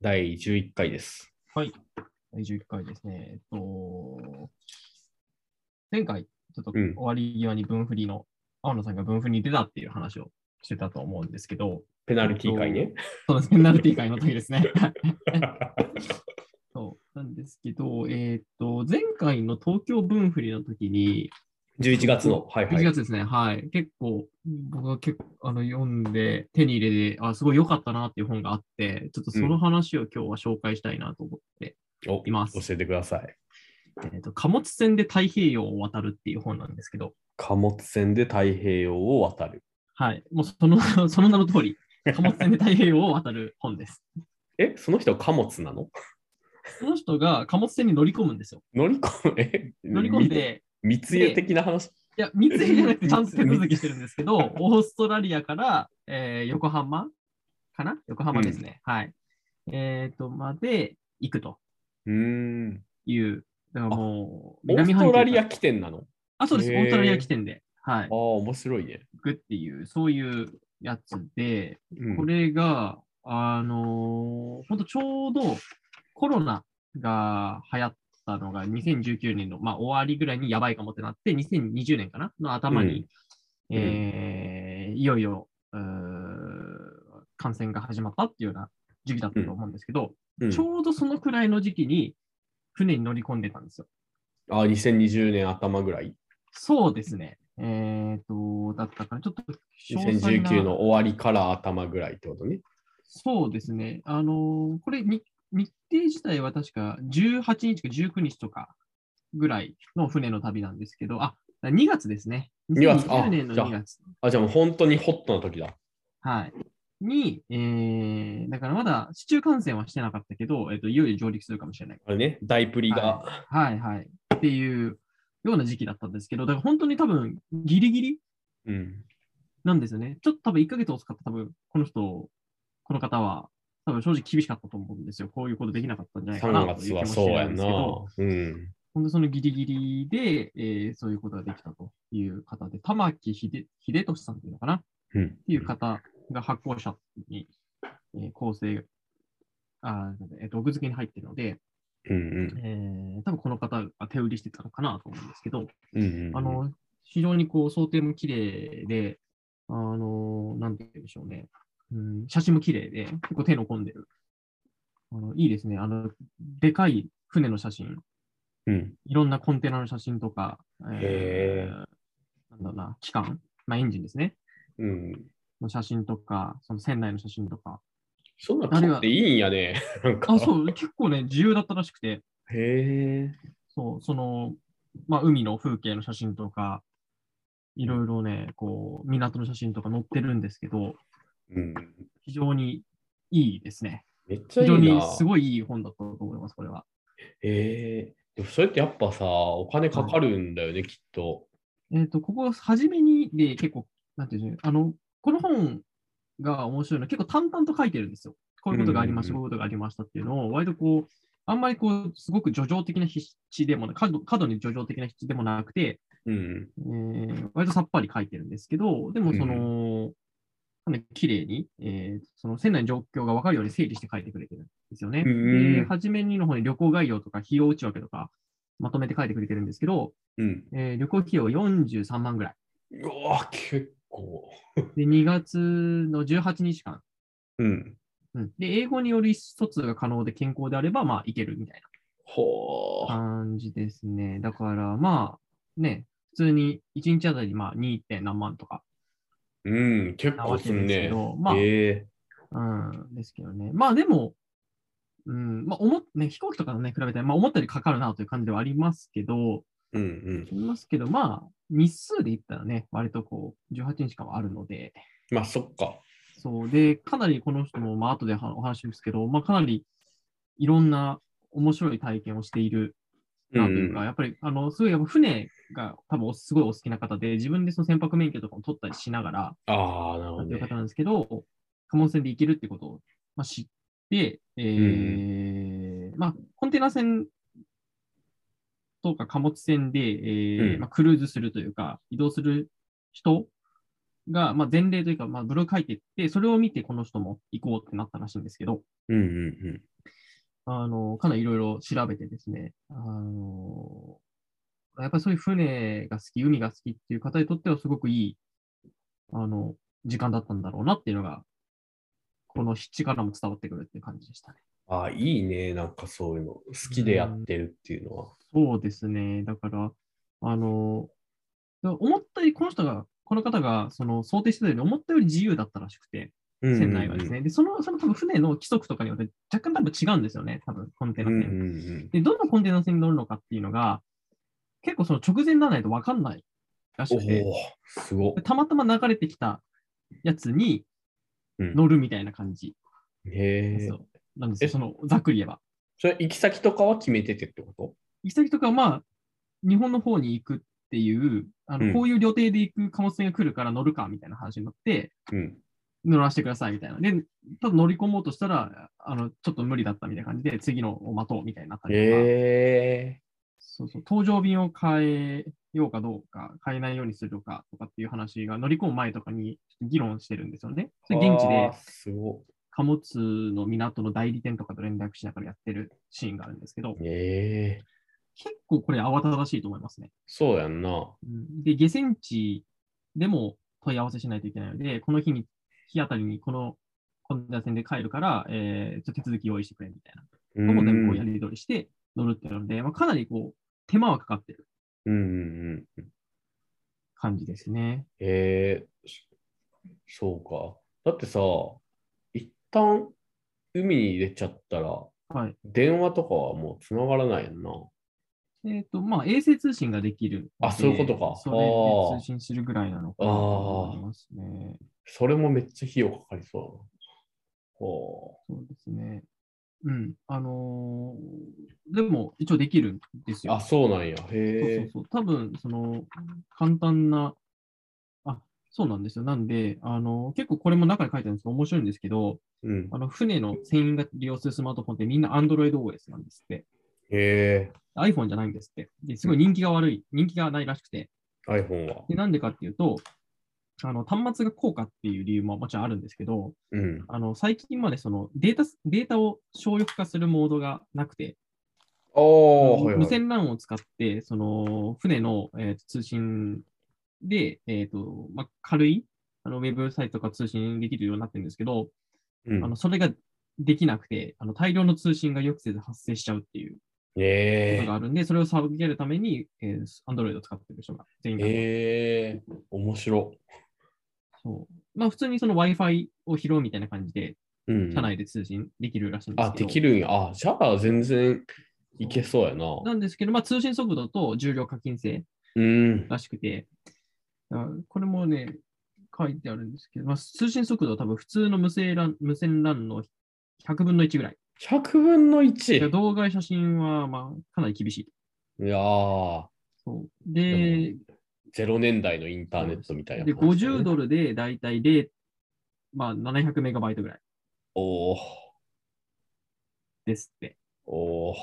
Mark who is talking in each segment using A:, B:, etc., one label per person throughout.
A: 第11回です。
B: はい。第11回ですね。えっと、前回、ちょっと終わり際に分振りの、青野さんが分振りに出たっていう話をしてたと思うんですけど、
A: ペナルティー会 ね。
B: そうですね、ペナルティー会の時ですね。そうなんですけど、えっと、前回の東京分振りの時に、
A: 11月 の。はいは
B: 1
A: い。
B: 月ですね、はい。結構、僕が結構あの読んで、手に入れて、あ、すごい良かったなっていう本があって、ちょっとその話を今日は紹介したいなと思って。
A: お
B: います
A: 教えてください。
B: えーと貨物船で太平洋を渡るっていう本なんですけど、
A: 貨物船で太平洋を渡る。
B: はい、もうその その名の通り、貨物船で太平洋を渡る本です。
A: え、その人は貨物なの
B: その人が貨物船に乗り込むんですよ。
A: 乗り込む、え
B: 乗り込ん。で、
A: み密輸的な話。
B: いや、密輸じゃなくてちゃんと手続きしてるんで すけど、オーストラリアから、えー横浜かな横浜ですね。はい。えっ、と、まで行くと
A: うーん。
B: いう、だからもう、
A: オーストラリア
B: から
A: 起点なの。
B: あ、そうです。オ
A: へー
B: ーストラリア起点で、は
A: あ
B: い
A: あ、、面白いね。
B: 行くっていう、そういうやつで、
A: うん
B: これが、あのー、ほんとちょうどコロナが流行ったのが2019年の、まあ、終わりぐらいにやばいかもってなって、2020年かなの頭に、
A: うん
B: えーいよいようー感染が始まったっていうような時期だったと思うんですけど、
A: うん
B: ちょうどそのくらいの時期に船に乗り込んでたんですよ。
A: ああ、2020年頭ぐらい。
B: そうですね。えっ、と、だったから、ちょっと詳細な
A: 2019の終わりから頭ぐらいってことね。
B: そうですね。あのーこれに、日程自体は確か18日か19日とかぐらいの船の旅なんですけど、あ、2月ですね。
A: 2月あ
B: 2020年の
A: じゃあ
B: 2月。
A: あ、じゃあもう本当にホットな時だ。
B: はい。に、えー、だからまだ市中感染はしてなかったけど、えっ、と、いよいよ上陸するかもしれない。
A: あれね、大プリが。
B: はいはい。っていうような時期だったんですけど、だから本当に多分ギリギリ
A: うん。
B: なんですよね。ちょっと多分1ヶ月遅かった多分この人、この方は多分正直厳しかったと思うんですよ。こういうことできなかったんじゃないか
A: 3
B: なと
A: 月
B: いう気
A: はそ
B: も
A: う
B: して
A: や
B: るん
A: ん
B: で
A: な
B: すけど、。
A: うん。
B: ほんでそのギリギリで、えーそういうことができたという方で、玉木秀秀俊さんっていうのかなっ
A: うん。って
B: いう方が発行者に、えー構成、あーえー、毒付けに入ってるので、
A: うんうん
B: えー多分この方が手売りしてたのかなと思うんですけど、
A: うんうんうん
B: あの、非常にこう、想定も綺麗で、あの、なんて言うんでしょうね。うん、写真も綺麗で、結構手の込んでる。あのいいですね。あの、でかい船の写真、
A: うん、
B: いろんなコンテナの写真とか、
A: へ
B: ーなんだろうな、機関、まあ、エンジンですね。
A: うん。
B: の写真とか、その船内の写真とか。
A: そんな買っていいんやね。なんか。
B: あ、そう、結構ね、自由だったらしくて、
A: へえ。
B: そう、その、まあ、海の風景の写真とか、いろいろね、こう、港の写真とか載ってるんですけど、
A: うん。
B: 非常にいいですね。
A: めっちゃ
B: 非
A: い
B: 常
A: い
B: に
A: な。
B: すごいいい本だったと思います、これは。
A: ええでもそれってやっぱさ、お金かかるんだよね、きっと。
B: えっ、と、ここ初めにで結構、なんていうんでしょうあの、この本が面白いのは結構淡々と書いてるんですよ。こういうことがありました、
A: うん
B: こういうことがありましたっていうのを、割とこう、あんまりこう、すごく叙情的な筆致でもな過度、過度に叙情的な筆致でもなくて、
A: うん。
B: えー割とさっぱり書いてるんですけど、でもその、かなり綺麗に、えーその船内の状況が分かるように整理して書いてくれてるんですよね。
A: うん
B: で、初めにの方に旅行概要とか費用内訳とかまとめて書いてくれてるんですけど、
A: うん。
B: えー旅行費用43万ぐらい。
A: うわ、結構。
B: で、2月の18日間。
A: うん。
B: うん、で、英語による意思疎通が可能で健康であれば、まあ、いけるみたいな。
A: ほー。
B: 感じですね。だから、まあ、ね、普通に1日あたり、まあ、2. 点何万とか
A: うん、結
B: な
A: 構
B: わけ
A: す
B: で
A: ん
B: すけ
A: ね。
B: ど、まあ、
A: ええ
B: うん、ですけどね。まあ、でも、うん、まあ、思っね、飛行機とかのね、比べて、まあ、思ったよりかかるなという感じではありますけど、
A: うん
B: ありますけど、まあ、日数で言ったらね、割とこう、18日間はあるので、
A: うん。まあ、そっか。
B: そうで、かなりこの人も、まあ後ではお話ししますけど、まあ、かなりいろんな面白い体験をしているなという
A: うんう
B: か、
A: ん
B: やっぱりあのすごいやっぱ船が多分おすごいお好きな方で、自分でその船舶免許とかも取ったりしながら
A: ああ、なるほ
B: と
A: ど、
B: いう
A: ね
B: 方。なんですけど、貨物船で行けるってことを、まあ、知って、えーまあ、コンテナ船とか貨物船で、えー
A: うん
B: まあ、クルーズするというか、移動する人が、まあ、前例というか、まあ、ブログ書いてって、それを見てこの人も行こうってなったらしいんですけど、
A: うんうん
B: あの、かなりいろいろ調べてですね、あの、やっぱりそういう船が好き、海が好きっていう方にとってはすごくいい、あの、時間だったんだろうなっていうのが、この筆致からも伝わってくるっていう感じでしたね。
A: ああ、いいね。なんかそういうの。好きでやってるっていうのは。
B: そうですね。だから、あの、思ったよりこの人が、この方がその想定してたより思ったより自由だったらしくて、
A: うん
B: 船内はです。ね。で、その、その多分船の規則とかによって若干多分違うんですよね、多分コンテ
A: う
B: ナ
A: んうん
B: 船。
A: うん
B: で、どのコンテナ船に乗るのかっていうのが、結構その直前にならないと分かんないら
A: お
B: しくて、
A: お、すごっ。
B: たまたま流れてきたやつに
A: うん
B: 乗るみたいな感じ
A: へえ
B: です。よ。なんですよ、
A: え
B: その、ざっくり言えば。
A: それ、行き先とかは決めててってこ
B: 行き先とかはまあ、日本の方に行くっていう、あ
A: うん
B: のこういう旅程で行く貨物船が来るから乗るかみたいな話になって、
A: とうん。
B: 乗らせてくださいみたいな。で、ただ乗り込もうとしたら、あの、ちょっと無理だったみたいな感じで、次のを待とうみたいになったりとか、
A: へえ。
B: そうそう、搭乗便を変えようかどうか、変えないようにするかとかっていう話が乗り込む前とかにちょっと議論してるんですよね。それ現地で
A: あー。すご
B: 貨物の港の代理店とかと連絡しながらやってるシーンがあるんですけ
A: っ。、
B: ど
A: へえ。
B: 結構これ慌ただしいと思いますね。
A: そうやんな。
B: うんで、下船地でも問い合わせしないといけないので、この日に、日あたりにこの混雑船で帰るから、えー、ちょっと手続き用意してくれみたいな。
A: う
B: と
A: ん
B: こ
A: う
B: でこうんやり取りして乗るっていうので、まあ、かなりこう、手間はかかってる
A: うんうん。
B: 感じですね。
A: えー、そそうか。だってさ、一旦海に出ちゃったら、
B: はい。
A: 電話とかはもう繋がらないやんな。
B: えっ、と、まあ、衛星通信ができるので。
A: あそういうことか
B: それで通信するぐらいなのかなと思いますね。
A: それもめっちゃ費用かかりそうだな。ほ
B: そうですね。うん。あのーでも、一応できるんです
A: う
B: よ。
A: あ、そうなんや。
B: そうそ
A: へ
B: う
A: え。
B: そう。多分、その、簡単な、あ、そうなんですよ。なんで、あの、結構これも中に書いてあるんですけど、面白いんですけど、
A: うん
B: あ。の、船の船員が利用するスマートフォンってみんな AndroidOS なんですって。
A: へえ。
B: iPhone じゃないんですって。で、すごい人気が悪い、人気がないらしくて。
A: iPhone は。
B: で、なんでかっていうと、あの、端末が高価っていう理由ももちろんあるんですけど、
A: うん。
B: あの、最近までそのデータ、データを省力化するモードがなくて、
A: ああ、はいは
B: 無
A: い。
B: 線 LAN を使って、その船の、えーと通信で、えーとまあ、軽いあのウェブサイトとか通信できるようになってるんですけど、
A: うん
B: あのそれができなくてあの、大量の通信が抑制で発生しちゃうっていうこ
A: へ
B: とがあるんで、それを避けるために、えー、Android を使ってる人が全員
A: え。
B: が、
A: へえ。面白。
B: そうまあ、普通にその Wi-Fi を拾うみたいな感じで、
A: うん。
B: 社内で通信できるらしいんです
A: あ、
B: けど。
A: できるんや。あ、じゃあ全然いけそうやな。
B: なんですけど、まあ、通信速度と重量課金制
A: うん。
B: らしくて、あこれもね、書いてあるんですけど、まあ、通信速度は多分普通の無線 LAN, 無線 LAN の100分の1ぐらい。
A: 100分の
B: いや
A: 1。
B: 動画や写真はまあかなり厳しい。
A: いやー、
B: そうで
A: 0年代のインターネットみたいな、
B: で、50。ドルでだいたい0、まあ、700メガバイトぐらい
A: おー
B: ですって。
A: おー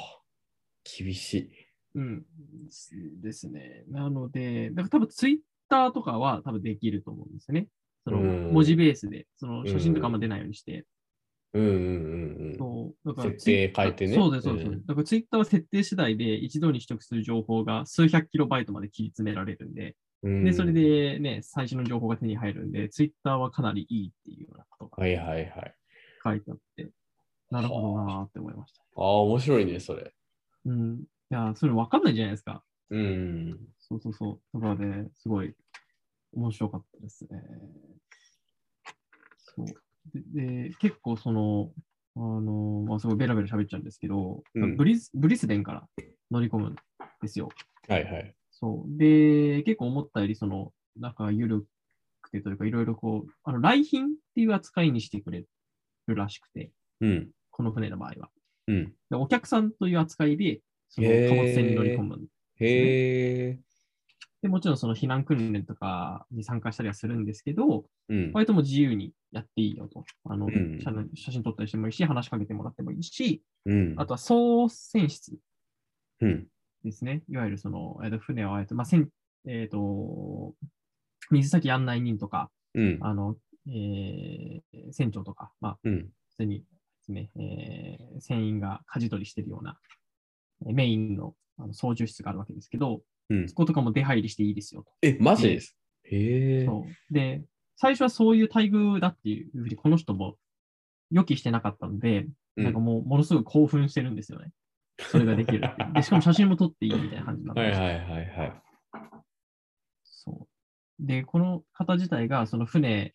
A: 厳しい。
B: うん。すですね。なので、だから多分ツイッターとかは多分できると思うんですよね。その
A: うん
B: 文字ベースで、その写真とか
A: うん
B: も出ないようにして。
A: うんうんうんうん。
B: そう。だから
A: 設定変えてね。
B: そうです、そうです。
A: ん
B: だからツイッターは設定次第で一度に取得する情報が数百キロバイトまで切り詰められるんで、
A: うん
B: で、それ。でね、最新の情報が手に入るんで、ツイッターはかなりいいっていうようなことが
A: はいはいはい。
B: 書いてあって、なるほどなーって思いました。
A: ああ、面白いね、それ。
B: うん。いやー、それわかんないじゃないですか。
A: うん。
B: そうそうそう。だからね、すごい面白かったですね。そう。で、で結構その、あのーまあ、すごいベラベラ喋っちゃうんですけど、
A: うん
B: ブリスブリスベンから乗り込むんですよ。
A: はいはい。
B: そう。で、結構思ったより、その、なんか緩くてというか、いろいろこう、あの、来賓っていう扱いにしてくれるらしくて、
A: うん。
B: この船の場合は。
A: うん。
B: でお客さんという扱いで、その
A: へー
B: 貨物船に乗り込む。
A: へえ。
B: で、もちろんその避難訓練とかに参加したりはするんですけど、
A: うん。
B: 割ともう自由にやっていいよと。あの、
A: ん
B: 写写真撮ったりしてもいいし、話しかけてもらってもいいし、
A: うん。
B: あとは操船室
A: うん。
B: ですね。いわゆるその、えっと船をあえて、まあ、船、えっ、と、水先案内人とか、
A: うん。
B: あの、えー船長とか、まあ、
A: うん。
B: 普通にですね、えー船員が舵取りしてるような、えーメインのあの操縦室があるわけですけど、
A: うん
B: そ。こ、とかも出入りしていいですよと。
A: え、マジです。へえ。
B: そうで、最初はそういう待遇だっていうふうに、この人も予期してなかったので、
A: うん
B: なんかもう、ものすごい興奮してるんですよね。それができる っていうで。しかも写真も撮っていいみたいな感じになって
A: は
B: ま
A: い
B: し
A: は
B: た
A: いはいはい。
B: そう。で、この方自体が、その船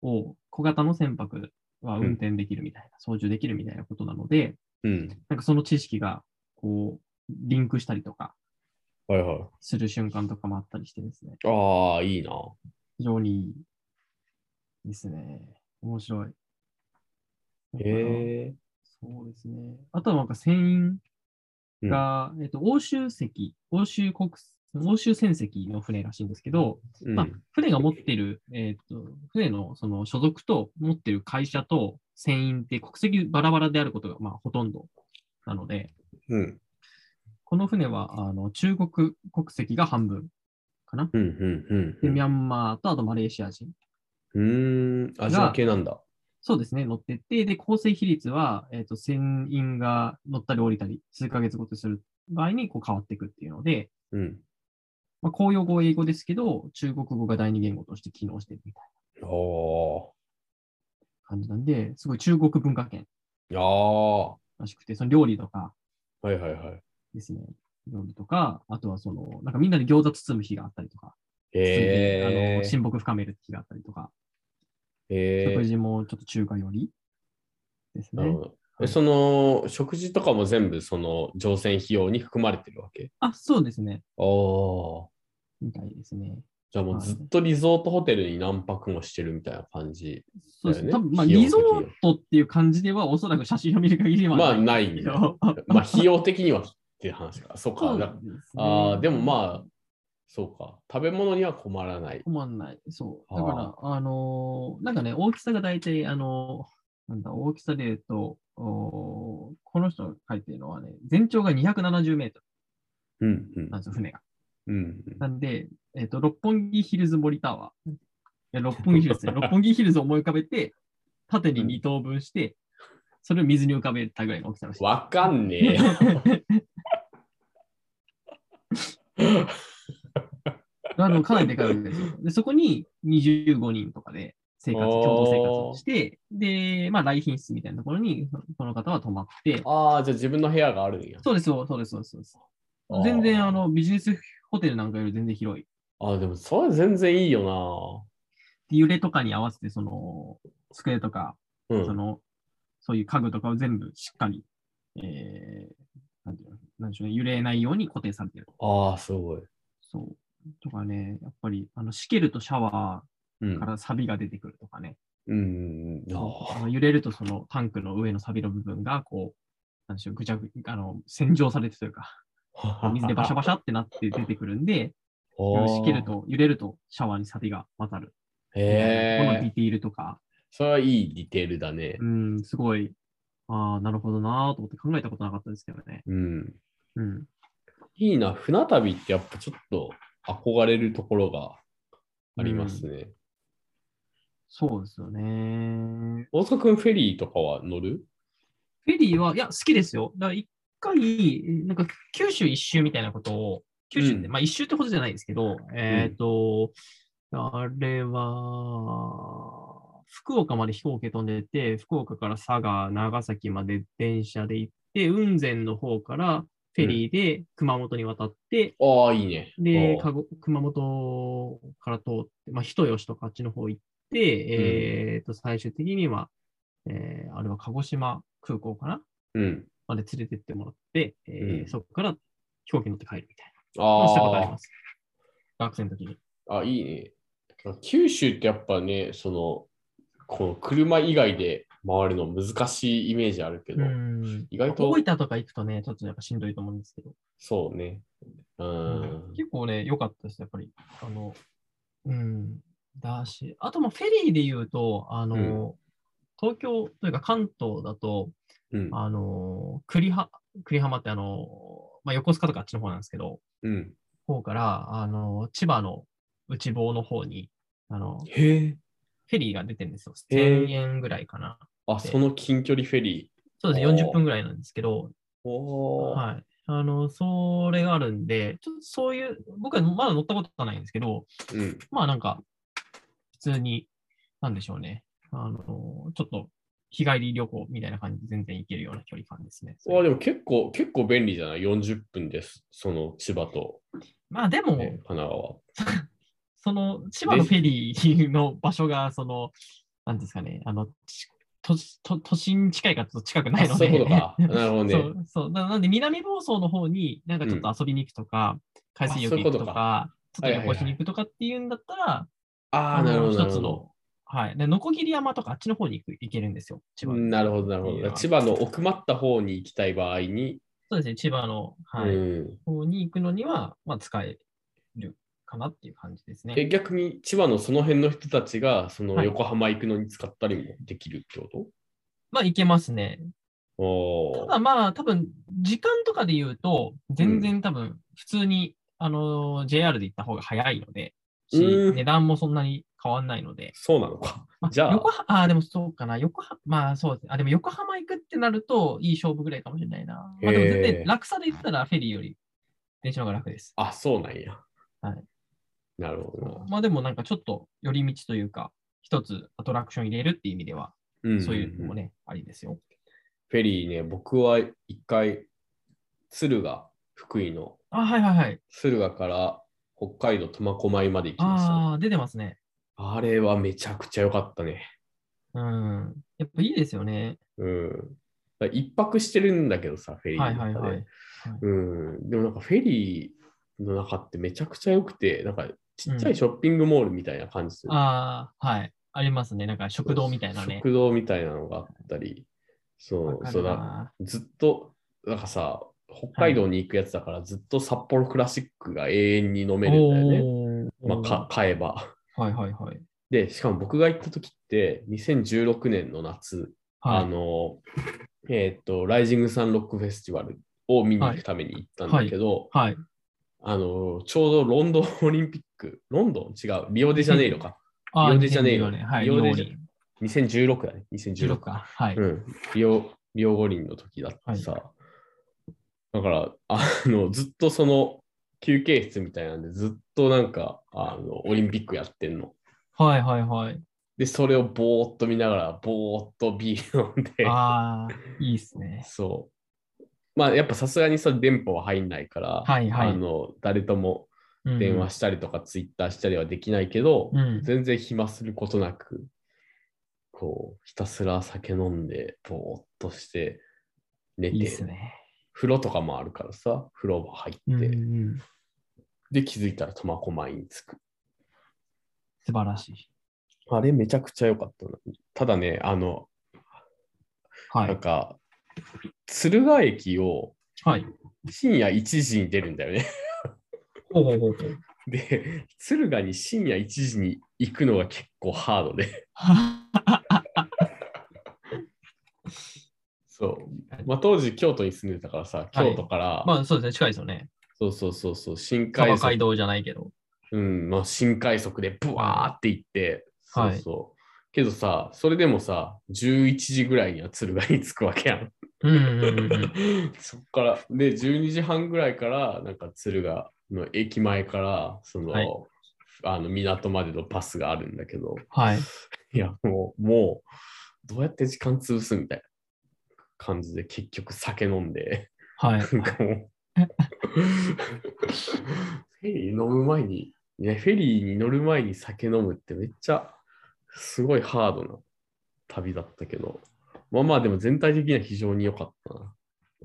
B: を、小型の船舶は運転できるみたいな、操縦できるみたいなことなので、
A: うん。
B: なんかその知識が、こう、リンクしたりとか
A: はいはい。
B: する瞬間とかもあったりしてですね、
A: ああ、いいな。
B: 非常にいいですね。面白い。
A: へえ。
B: そうですね。あとはなんか船員が、えっと、欧州籍、欧州国、欧州船籍の船らしいんですけど、
A: うん
B: まあ、船が持ってる、えーっと船のその所属と持ってる会社と船員って国籍バラバラであることがまあほとんどなので、
A: うん。
B: この船はあの中国国籍が半分かな。
A: うん。うん。う
B: で、ミ
A: ん
B: ャンマーとあとマレーシア人。
A: うん。うーん。アジア系なんだ。
B: そうですね、乗ってって、で、構成比率は、えーっと船員が乗ったり降りたり、数ヶ月ごとにする場合にこう変わっていくっていうので、
A: うん。
B: まあ、公用語、英語ですけど、中国語が第二言語として機能してるみたい
A: お
B: な感じなんで、すごい中国文化圏
A: ー。あ
B: らしくて、その料理とか、
A: あー。はいはいはい。
B: ですね。料理とか、あとはその、なんかみんなで餃子包む日があったりとか、包んであ
A: へ
B: の親睦深める日があったりとか、
A: え。へ
B: 食
A: え。
B: 事もちょっと中華寄りです
A: なる
B: ね
A: ほ。ど。え、その、食事とかも全部、その、乗船費用に含まれてるわけ
B: あ、そうですね。
A: ああ。
B: みたいですね。
A: じゃあもうずっとリゾートホテルに何泊もしてるみたいな感じ。
B: そうですね。
A: だ
B: 多
A: よね
B: 分まあ、
A: 費用
B: リ
A: 的
B: ゾ
A: に
B: ートっていう感じでは、おそらく写真を見る限りは
A: まあ
B: ない
A: ない
B: け
A: ね。
B: ど。
A: まあ費用的にはっていう話か。そう
B: そ
A: か。
B: うで
A: だ
B: すね
A: あーでもまあ、そうか。食べ物には困らない。
B: 困んない。そう。
A: は
B: だ
A: あ
B: から、あのーなんかね、大きさが大体、あのーなんだ、大きさで言うと、おーこの人が書いてるのはね、全長が270メート
A: うんうん
B: ルなんですよ、船が。
A: うん
B: なんで、えっ、と、六本木ヒルズ森タワー。いや六本木ヒルズ ですね。六本木ヒルズを思い浮かべて、縦に2等分して、それを水に浮かべたぐらいの大きさらしい。
A: わかんねえ よ。
B: あのかなりでかいわけですよ。で、そこに25人とかで生活、
A: あー
B: 共同生活をして、で、まあ、来賓室みたいなところに、この方は泊まって、
A: ああ、じゃあ自分の部屋があるんや。
B: そうですよ、そうです、そうですそうです
A: あー。
B: 全然、あの、ビジネスホテルなんかより全然広い。
A: ああ、でもそれ全然いいよ
B: で揺れとかに合わせて、その、机とか、
A: な。う
B: そ
A: ん。
B: の、そういう家具とかを全部しっかり、えー、なんていうの、なんでしょうね、揺れないように固定されてる。
A: ああ、すごい。
B: そう。とかね、やっぱり、あの、しけるとシャワ
A: うん。う
B: ー
A: ん
B: からサビが出てくるとかね。
A: うんうん。
B: そうあ
A: あ
B: の揺れると、そのタンクの上のサビの部分が、こう、なんでしょう、ぐちゃぐあの、洗浄されてというか、
A: あ。
B: 水 でバシャバシャってなって出てくるんで、しける
A: あー。
B: と、揺れるとシャワーにサビが混ざる。
A: へ
B: このディ
A: え。
B: ティールとか、
A: それはいいディテールだね
B: う。ん、すごい、ああ、なるほどなーと思って考えたことなかったですけどね。
A: うん。
B: うん。
A: いいな、船旅ってやっぱちょっと憧れるところがありますね。
B: そうですよね。
A: 大塚君、フェリーとかは乗る
B: フェリーは、いや、好きですよ。だから一回、なんか九州一周みたいなことを、九州って、
A: うん
B: まあ一周ってことじゃないですけど、えっ、と、あれは、福岡まで飛行機飛んでて、福岡から佐賀、長崎まで電車で行って、雲仙の方からフェリーで熊本に渡って、
A: ああ、いいね。
B: で
A: あー
B: かご熊本から通って、まあ、人吉とかあっちの方行って、えーと最終的には、えーあれは鹿児島空港かな
A: うん。
B: まで連れてってもらって、えー
A: うん
B: そこから飛行機乗って帰るみたいなのをしたことあり
A: あ
B: ます。学生の時に。
A: あ、あ、いいね。九州ってやっぱね、その、この車以外で回るの難しいイメージあるけど、
B: うん
A: 意外と
B: 大分とか行くとね、ちょっとやっぱしんどいと思うんですけど、
A: そうね。うん。
B: 結構ね、良かったです、やっぱり。あの、うん、だし、あともうフェリーで言うと、あの、
A: うん
B: 東京というか関東だと、
A: うん。
B: あのー、栗は栗浜ってあのー、まあ、横須賀とかあっちの方なんですけど、
A: うん、
B: 方から、あのー、千葉の内房の方に、あのー、
A: へえ。
B: フェリーが出てるんですよ。
A: へー
B: 1000円ぐらいかな。
A: あ、その近距離フェリ
B: そうですね、40分ぐらいなんですけど、
A: ー。おー。
B: はい。あの、それがあるんで、ちょっとそういう、僕はまだ乗ったことがないんですけど、
A: うん。
B: まあなんか、普通に、なんでしょうね。あの、ちょっと、日帰り旅行みたいな感じで全然行けるような距離感ですね。
A: あでも結構、結構便利じゃない ?40 分です。その千葉と、
B: まあでも、
A: ね、神奈川。
B: その、千葉のフェリーの場所が、その、なんですかね、あの、ち都都都心に近いかちょっと近くない
A: あ
B: の
A: そ
B: で、
A: ういうこと か。なるほどね。
B: そうそうななんで南房総の方になんかちょっと遊びに行くとか、海水浴行くとか、ちょ
A: そう
B: っ
A: いうことか
B: と旅行しに行くとかっていうんだったら、
A: ああ、
B: あの
A: なるほど。
B: 一つのはい、で鋸山とかあっちの方に行く行けるんですよ、千葉に
A: なるほど、なるほ
B: いい
A: ど。
B: な
A: 千葉の奥まった方に行きたい場合に、
B: そうですね、千葉の、はい
A: うん
B: 方に行くのには、まあ、使えるかなっていう感じです
A: え
B: ね。
A: 逆に千葉のその辺の人たちがその
B: はい
A: 横浜行くのに使ったりもできるってこ
B: まあ、行けますね。
A: と、お
B: た
A: ー
B: だまあ、多分時間とかで言うと、全然多分普通に、あのー JR で行った方が早いので、し
A: うん
B: 値段もそんなに変わんないので、
A: そうなのか。
B: まあ、
A: じゃあ
B: 横浜あー、でもそうかな。横浜、まあそうですね。あ、でも横浜行くってなると、いい勝負ぐらいかもしれないな。まあ、でも絶
A: へ
B: 対
A: ー
B: 落差で言ったら、フェリーより電車の方が楽です。
A: あ、そうなんや。
B: はい
A: なるほどな。
B: まあでもなんかちょっと寄り道というか、一つアトラクション入れるっていう意味では、
A: うん
B: そういうのも。ね、ありですよ。
A: フェリーね、僕は一回、敦賀、福井の
B: あ、はいはいはい。
A: 敦賀から北海道苫小牧まで行きましたね。
B: ああ、出てますね。
A: あれはめちゃくちゃ良かったね。
B: うん。やっぱいいですよね。
A: うん。だから一泊してるんだけどさ、フェリー
B: はい
A: の中
B: は
A: で。
B: いはい。
A: うん。でもなんかフェリーの中ってめちゃくちゃ良くて、なんかちっちゃいショッピングモールみたいな感じする。
B: ああ、はい。ありますね。なんか食堂みたいなね。
A: 食堂みたいなのがあったり、そう、
B: わか
A: そう
B: る
A: だ、
B: な
A: ずっと、なんかさ、北海道に行くやつだから、ずっと札幌クラシックが永遠に飲めるんだよね。
B: おー
A: まあ、か買えば。
B: はいはいはい。
A: で、しかも僕が行った時って、2016年の夏、
B: は
A: あ
B: い。
A: の、えーっ、と、ライジングサンロックフェスティバルを見に行くために行ったんだけど、
B: はい。
A: あの、ちょうどロンドンオリンピック、ロンドン違う、リオデジャネイロか。
B: あー
A: リオデジャネイロ
B: 2014年はい。
A: リ
B: リ
A: オ
B: オ
A: デ
B: デ
A: ジ
B: ジ
A: ャ
B: ャネイ
A: 2016だね、
B: ロ。16
A: 2016。
B: か。はい。
A: うん、リオ、リオ五輪の時だってさ。だから、あの、ずっとその休憩室みたいなんで、ずっとなんか、あの、オリンピックやってんの。
B: はいはいはい。
A: で、それをぼーっと見ながら、ぼーっとビール飲んで、
B: ああ、いいっすね。
A: そう。まあ、やっぱさすがにそれ電波は入んないから、
B: はいはい
A: あの、誰とも
B: うん
A: 電話したりとか、ツイッターしたりはできないけど、
B: うん。
A: 全然暇することなく、こう、ひたすら酒飲んで、ぼーっとして、寝て、
B: いいっすね。
A: 風呂とかもあるからさ、風呂も入って、
B: うんうん
A: で、気づいたら苫小牧に着く。
B: 素晴らしい。
A: あれ、めちゃくちゃ良かったな。ただね、あの、
B: は
A: ないん。か、敦賀駅を
B: はい。
A: 深夜1時に出るんだよね。
B: ほうほうほうほう。
A: で、敦賀に深夜1時に行くのが結構ハードで、そう。まあ、当時、京都に住んでたからさ、京都から、
B: まあそうですね、近いですよね。
A: そうそうそうそう、新
B: 川
A: 快速
B: 街道じゃないけど。
A: うん、まあ、新快速でブワーって行って、
B: はい
A: そうそう。けどさ、それでもさ、11時ぐらいには敦賀に着くわけやん。
B: うんうんうん うん。
A: そっから、で、12時半ぐらいから、なんか敦賀の駅前から、その、
B: はい
A: あの港までのバスがあるんだけど、
B: はい。
A: いや、もう、もう、どうやって時間潰すみたいな感じで、結局酒飲んで。
B: はい。
A: なんかもうフェリー飲む前に、ね、フェリーに乗る前に酒飲むってめっちゃすごいハードな旅だったけど、まあまあでも全体的には非常に良かった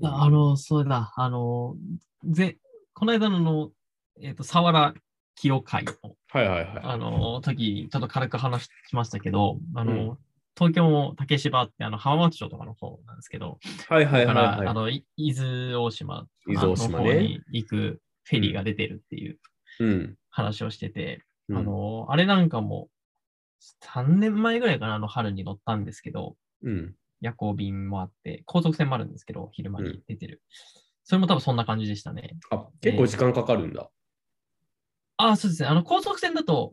A: な。
B: あの、そうだ、あの、ぜこの間のあの、えっ、と、佐原清会の
A: はいはいは
B: あの時にちょっと軽く話しましたけど、あの、
A: う
B: 東京も竹芝ってあの浜松町とかの方なんですけど、
A: い。はいは
B: だ
A: い
B: か
A: は
B: ら、
A: い、は
B: あ
A: い。
B: のい伊豆大島
A: 伊豆大島ね
B: の方に行くフェリーが出てるっていう
A: うん。
B: 話をしてて、
A: うん
B: あのあれなんかも3年前ぐらいかな、あの春に乗ったんですけど、
A: うん。
B: 夜行便もあって、高速船もあるんですけど、昼間
A: うん
B: に出てる。それも多分そんな感じでしたね。
A: あ、結構時間かかるんだ。
B: ああ、そうですね。あの、高速船だと、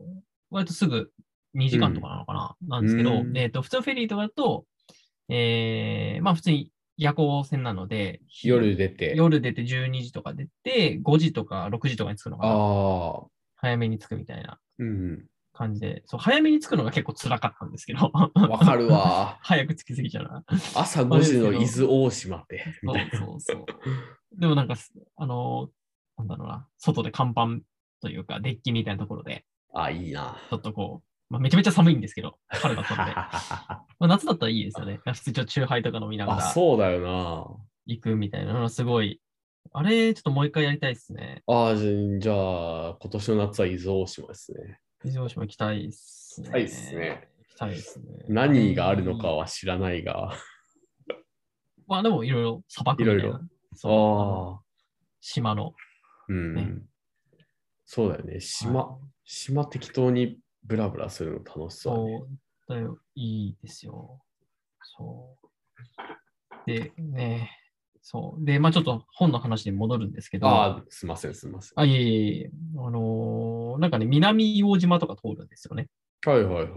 B: 割とすぐ2時間とかなのかな、なんですけど、
A: うん
B: えっと、普通のフェリーとかだと、えーまあ普通に夜行線なので、
A: 夜出て。
B: 夜出て12時とか出て、5時とか6時とかに着くのかな。
A: ああ。
B: 早めに着くみたいな
A: うん。
B: 感じで、そう、早めに着くのが結構辛かったんですけど、。
A: わかるわ
B: 早く着きすぎちゃうな。
A: 朝5時の伊豆大島で。み
B: そう
A: たいな
B: そうそう。でもなんか、すあのー、なんだろうな、外で看板というか、デッキみたいなところで、
A: あ、いい な。
B: ちょっとこう、まあ、めちゃめちゃ寒いんです けど、春だったので、まあ、夏だったらいいですよね。普通にちょっとチューハイとか飲みなが
A: あ、
B: ら
A: そうだよ
B: 行くみたいなのがすごい、あれ、ちょっともう一回やりたいですね。
A: な。あーじゃあ、今年の夏は伊豆大島ですね。
B: 伊豆大島行きたいっす
A: 行
B: ね。
A: きたいっすね。
B: 行きたいっすね。
A: 何があるのか
B: は。
A: は知らないが。
B: まあでもいろいろ砂漠みたいな。
A: いろいろ
B: そう
A: ああ。
B: 島の。
A: うん。
B: ね
A: そうだよね。島、
B: はい
A: 島適当にブラブラするの楽しそうだね。
B: そうだよ、いいですよ。そう。で、ね、そう。で、まあちょっと本の話に戻るんですけど、
A: ああ、すいません、すいませ
B: あいえいえいえ、あのーなんかね、南硫黄島とか通るんですよね。
A: ん。はいはいはいはい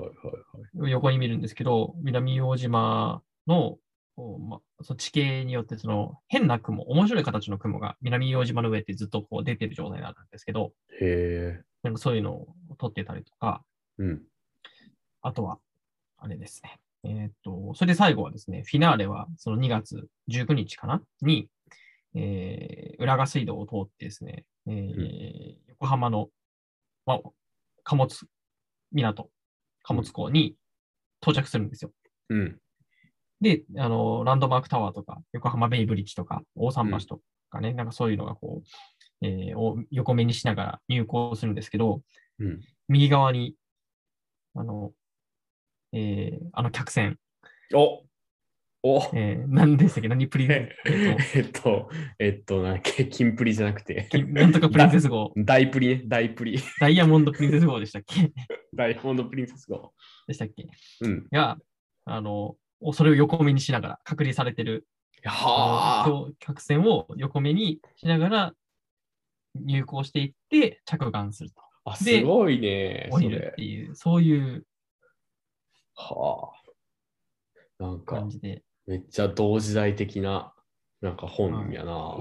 A: はい。
B: 横に見るんですけど、南硫黄島の、こうま、その地形によって、その変な雲、面白い形の雲が南硫黄島の上ってずっとこう出てる状態になるんですけど、
A: へえ。
B: なんかそういうのを撮ってたりとか、
A: うん。
B: あとは、あれですね。えーっと、それで最後はですね、フィナーレはその2月19日かなに、えー、浦賀水道を通ってですね、えー
A: ん
B: 横浜の、まあ、貨物港、貨物港に到着するんですよ。
A: うん。
B: で、あの、ランドマークタワーとか、横浜ベイブリッジとか、大桟橋とかね、なんかそういうのがこう、えーを横目にしながら入港するんですけど、
A: うん。
B: 右側に、あの、えーあの客船、
A: おお
B: えー、何でしたっけ何プリンセ
A: え
B: ス、えー
A: っと、えっと、なんだっけ、金プリじゃなく て、
B: と、なんとかプリンセス号、
A: 大プリね、大プリ、
B: ダイヤモンドプリンセス号でしたっ け
A: ダイヤモンドプリンセス号。
B: でしたっけ
A: うん。
B: が、あの、おそれを横目にしながら、隔離されてるあ
A: はあ。
B: の客船を横目にしながら入港していって着岸すると。
A: あ、すごいね。
B: 降
A: そ
B: りる
A: れ
B: っていう、そういう
A: はあ。なんか
B: 感、じで。
A: めっちゃ同時代的な、なんか本やな。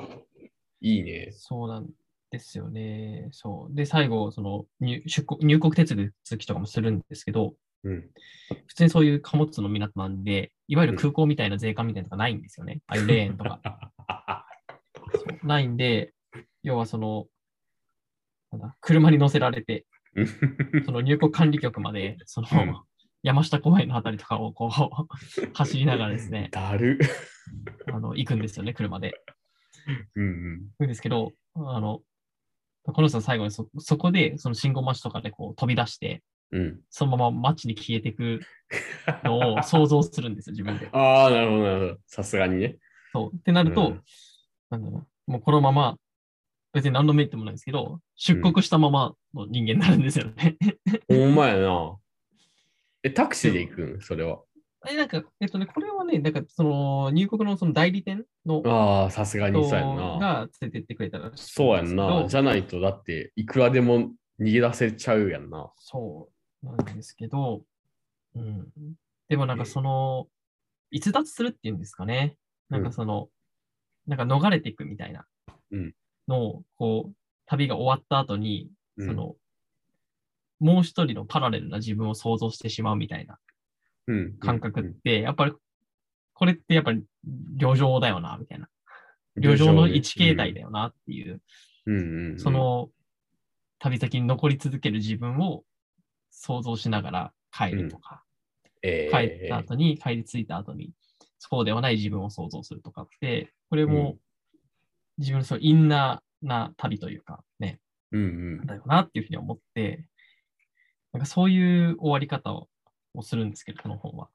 A: い、いね。
B: そうなんですよね。そう。で、最後、その入出国入国手続きとかもするんですけど、
A: うん。
B: 普通にそういう貨物の港なんで、いわゆる空港みたいな税関みたいなのがないんで すよね。ああいうレーンとか。そうないんで、要はその、なんだ車に乗せられて、その入国管理局まで、その、
A: うん
B: 山下公園のあたりとかをこう 走りながらですね、
A: だる。
B: あの行くんですよね、車で。
A: うん
B: 行くんですけど、あの、この人は最後にそそこで、その信号待ちとかでこう飛び出して、
A: うん。 うん。
B: そのまま街に消えていくのを想像す るんですよ、自分で。
A: ああ、なるほど、なるほど。さすがにね。
B: そう。ってなると、
A: うん
B: なんだろう、もうこのまま、別に何のメリットもないですけど、出国したままの人間になるんですよね。
A: ほんまやな。え、タクシーで行くんそれは。
B: え、なんか、えっとね、これはね、なんか、その、入国のその代理店の
A: ああ、さすがに
B: 人
A: そうやんな。
B: が連れてってくれたらしいですけど
A: そうやんな。じゃないと、だって、いくらでも逃げ出せちゃうやんな。
B: そうなんですけど、うん。でもなんかその、逸脱するっていうんですかね。なんかその、なんか逃れていくみたいな
A: うん
B: のを、こう、旅が終わった後に、
A: うん
B: その、もう一人のパラレルな自分を想像してしまうみたいな
A: うん。
B: 感覚って、やっぱり、これってやっぱり、旅情だよな、みたいな。
A: うん、
B: 旅情の
A: ね
B: 一形態だ。よな、っていう。
A: うんうんうん、
B: そ、の旅先に残り続ける自分を想像しながら帰るとか、
A: えー、
B: 帰った後に、帰り着いた後に、そうではない自分を想像するとかって、これ
A: う
B: も自分のそのインナーな旅というか、ね、
A: うん
B: なんだよなっていうふうに思って、なんかそういう終わり方ををするんですけど、この本は。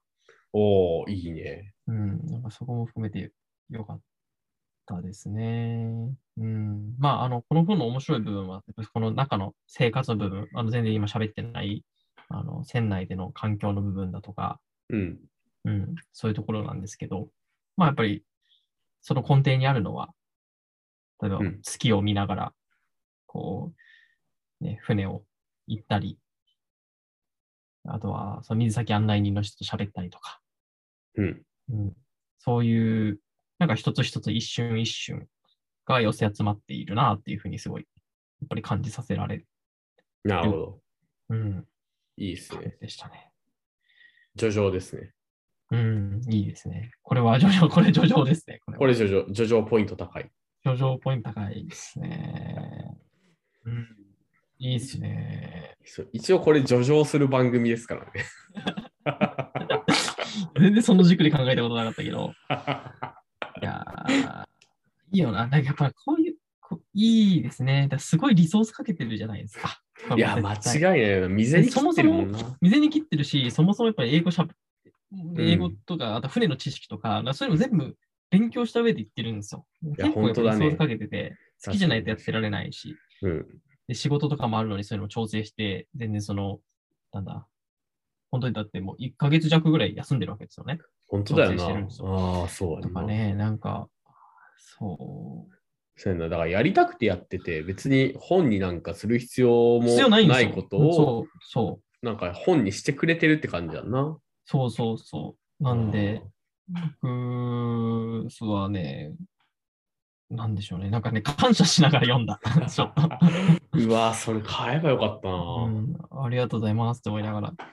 A: うん。おおいいね。
B: うん、なんかそこも含めてよかったですね。うん、まあ、あの、この本の面白い部分は、やっぱりこの中の生活の部分、あの全然今喋ってない、あの、船内での環境の部分だとか、
A: うん。
B: うん、そういうところなんですけど、まあ、やっぱり、その根底にあるのは、例えば
A: うん
B: 月を見ながら、こう、ね、船を行ったり、あとは、その水先案内人の人と喋ったりとか、
A: うん。
B: うんそういう、なんか一つ一つ一瞬一瞬が寄せ集まっているなっていうふうにすごい、やっぱり感じさせられる、
A: なるほど。
B: うん、
A: いいです
B: 感
A: ね
B: じ。でしたね。
A: 叙情ですね。
B: うん、いいですね。これは上々、これ上々ですね。これ
A: これ叙情、叙情ポイント高い。
B: 上々ポイント高いですね。うん、いいですね。
A: そう一応これ叙情する番組ですから ね。
B: 全然その軸で考えたことなかったけど。いやーいいよな。なんかやっぱりこういう、こいいですね。だからすごいリソースかけてるじゃないですか。
A: いや、間違いないな。未然に切ってるもんな。
B: 未然に切ってるし、そもそもやっぱり英語しゃべ英語とか、あと船の知識とか、そういうの全部勉強した上で言ってるんですよ。
A: や
B: 結構や
A: 本
B: っぱ
A: 当だね
B: リソースかけてて、好きじゃないとやってられないし。
A: うん。
B: で、仕事とかもあるのにそういうのを調整して、全然その、なんだ、本当にだってもう1ヶ月弱ぐらい休んでるわけですよね。
A: 本当だよ
B: 調
A: な
B: 整してるんです。
A: ああ、そうや
B: と
A: な
B: か。ね、なんか、そ
A: そうやな。だからやりたくてやってて、別に本になんかする必要
B: う。
A: も
B: 必要ないんです
A: な
B: よ。
A: いことを、
B: そう、そう、
A: なんか本にしてくれてるって感じやんな。
B: そうそうそう。なんで、僕はね、なんでしょうね。なんかね、感謝しながら読んだ。 ちょっと。
A: あ ー。うわー、それ買えばよかったな。
B: うん、ありがとうございますって思いながら読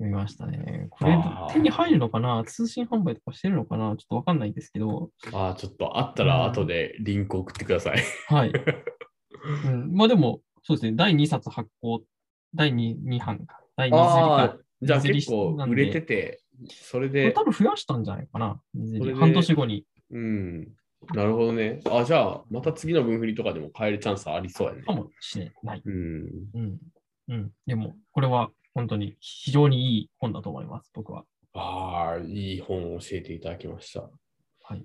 B: みましたね。これ
A: あー
B: 手に入るのかな通信販売とかしてるのかなちょっとわかんないですけど。
A: ああ、ちょっとあったら後でリンク送ってくださ い。
B: はい。うん、まあでも、そうですね。第2冊発行、第 2, 二版か。第2
A: ああ
B: 冊か。、
A: じゃあ
B: 水着
A: 結構売れてて、それ
B: これ
A: で
B: 多、分増やしたんじゃないかな。水
A: それで
B: 着半年後に。
A: うん。なるほどね。あ、じゃあ、また次の分振りとかでも買えるチャンスありそうやね
B: か。もしれない。
A: うん。
B: うん。うん。でも、これは本当に非常にいい本だと思います。僕は。
A: ああ、いい本を教えていただきました。
B: はい。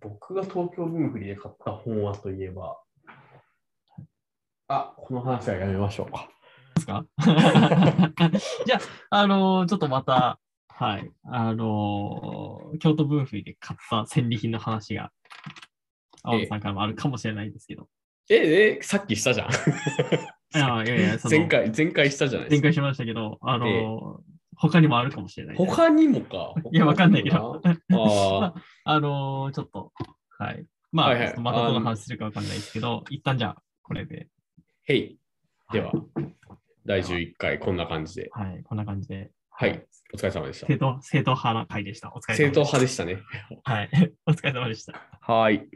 A: 僕が東京文具で買った本はといえば、あ、この話はやめましょうか。
B: ですかじゃあ、あのーちょっとまた、はい、あのー京都文府で買った戦利品の話が、青野さんからもあるかもしれないですけど。
A: え、え、さっきしたじゃん。
B: いやいやいや、その
A: 前回、前回したじゃないで
B: 前
A: すか。
B: 回しましたけど、あのー他にもあるかもしれないです。
A: 他にもか。
B: いやわかんないけど
A: 他にもな。 ああ、
B: あのーちょっと、はい。まあ、
A: はいはい
B: ちょっとまたどの話するかわかんないですけど、一旦じゃあ、これで、
A: へい。では、第11回、こんな感じで。
B: はい、こんな感じで、
A: はい。お疲れ様でした。
B: 正統正統派な会でした。お疲れ様で
A: 正
B: した
A: 統派でしたね。
B: はい、お疲れ様でした。
A: はい。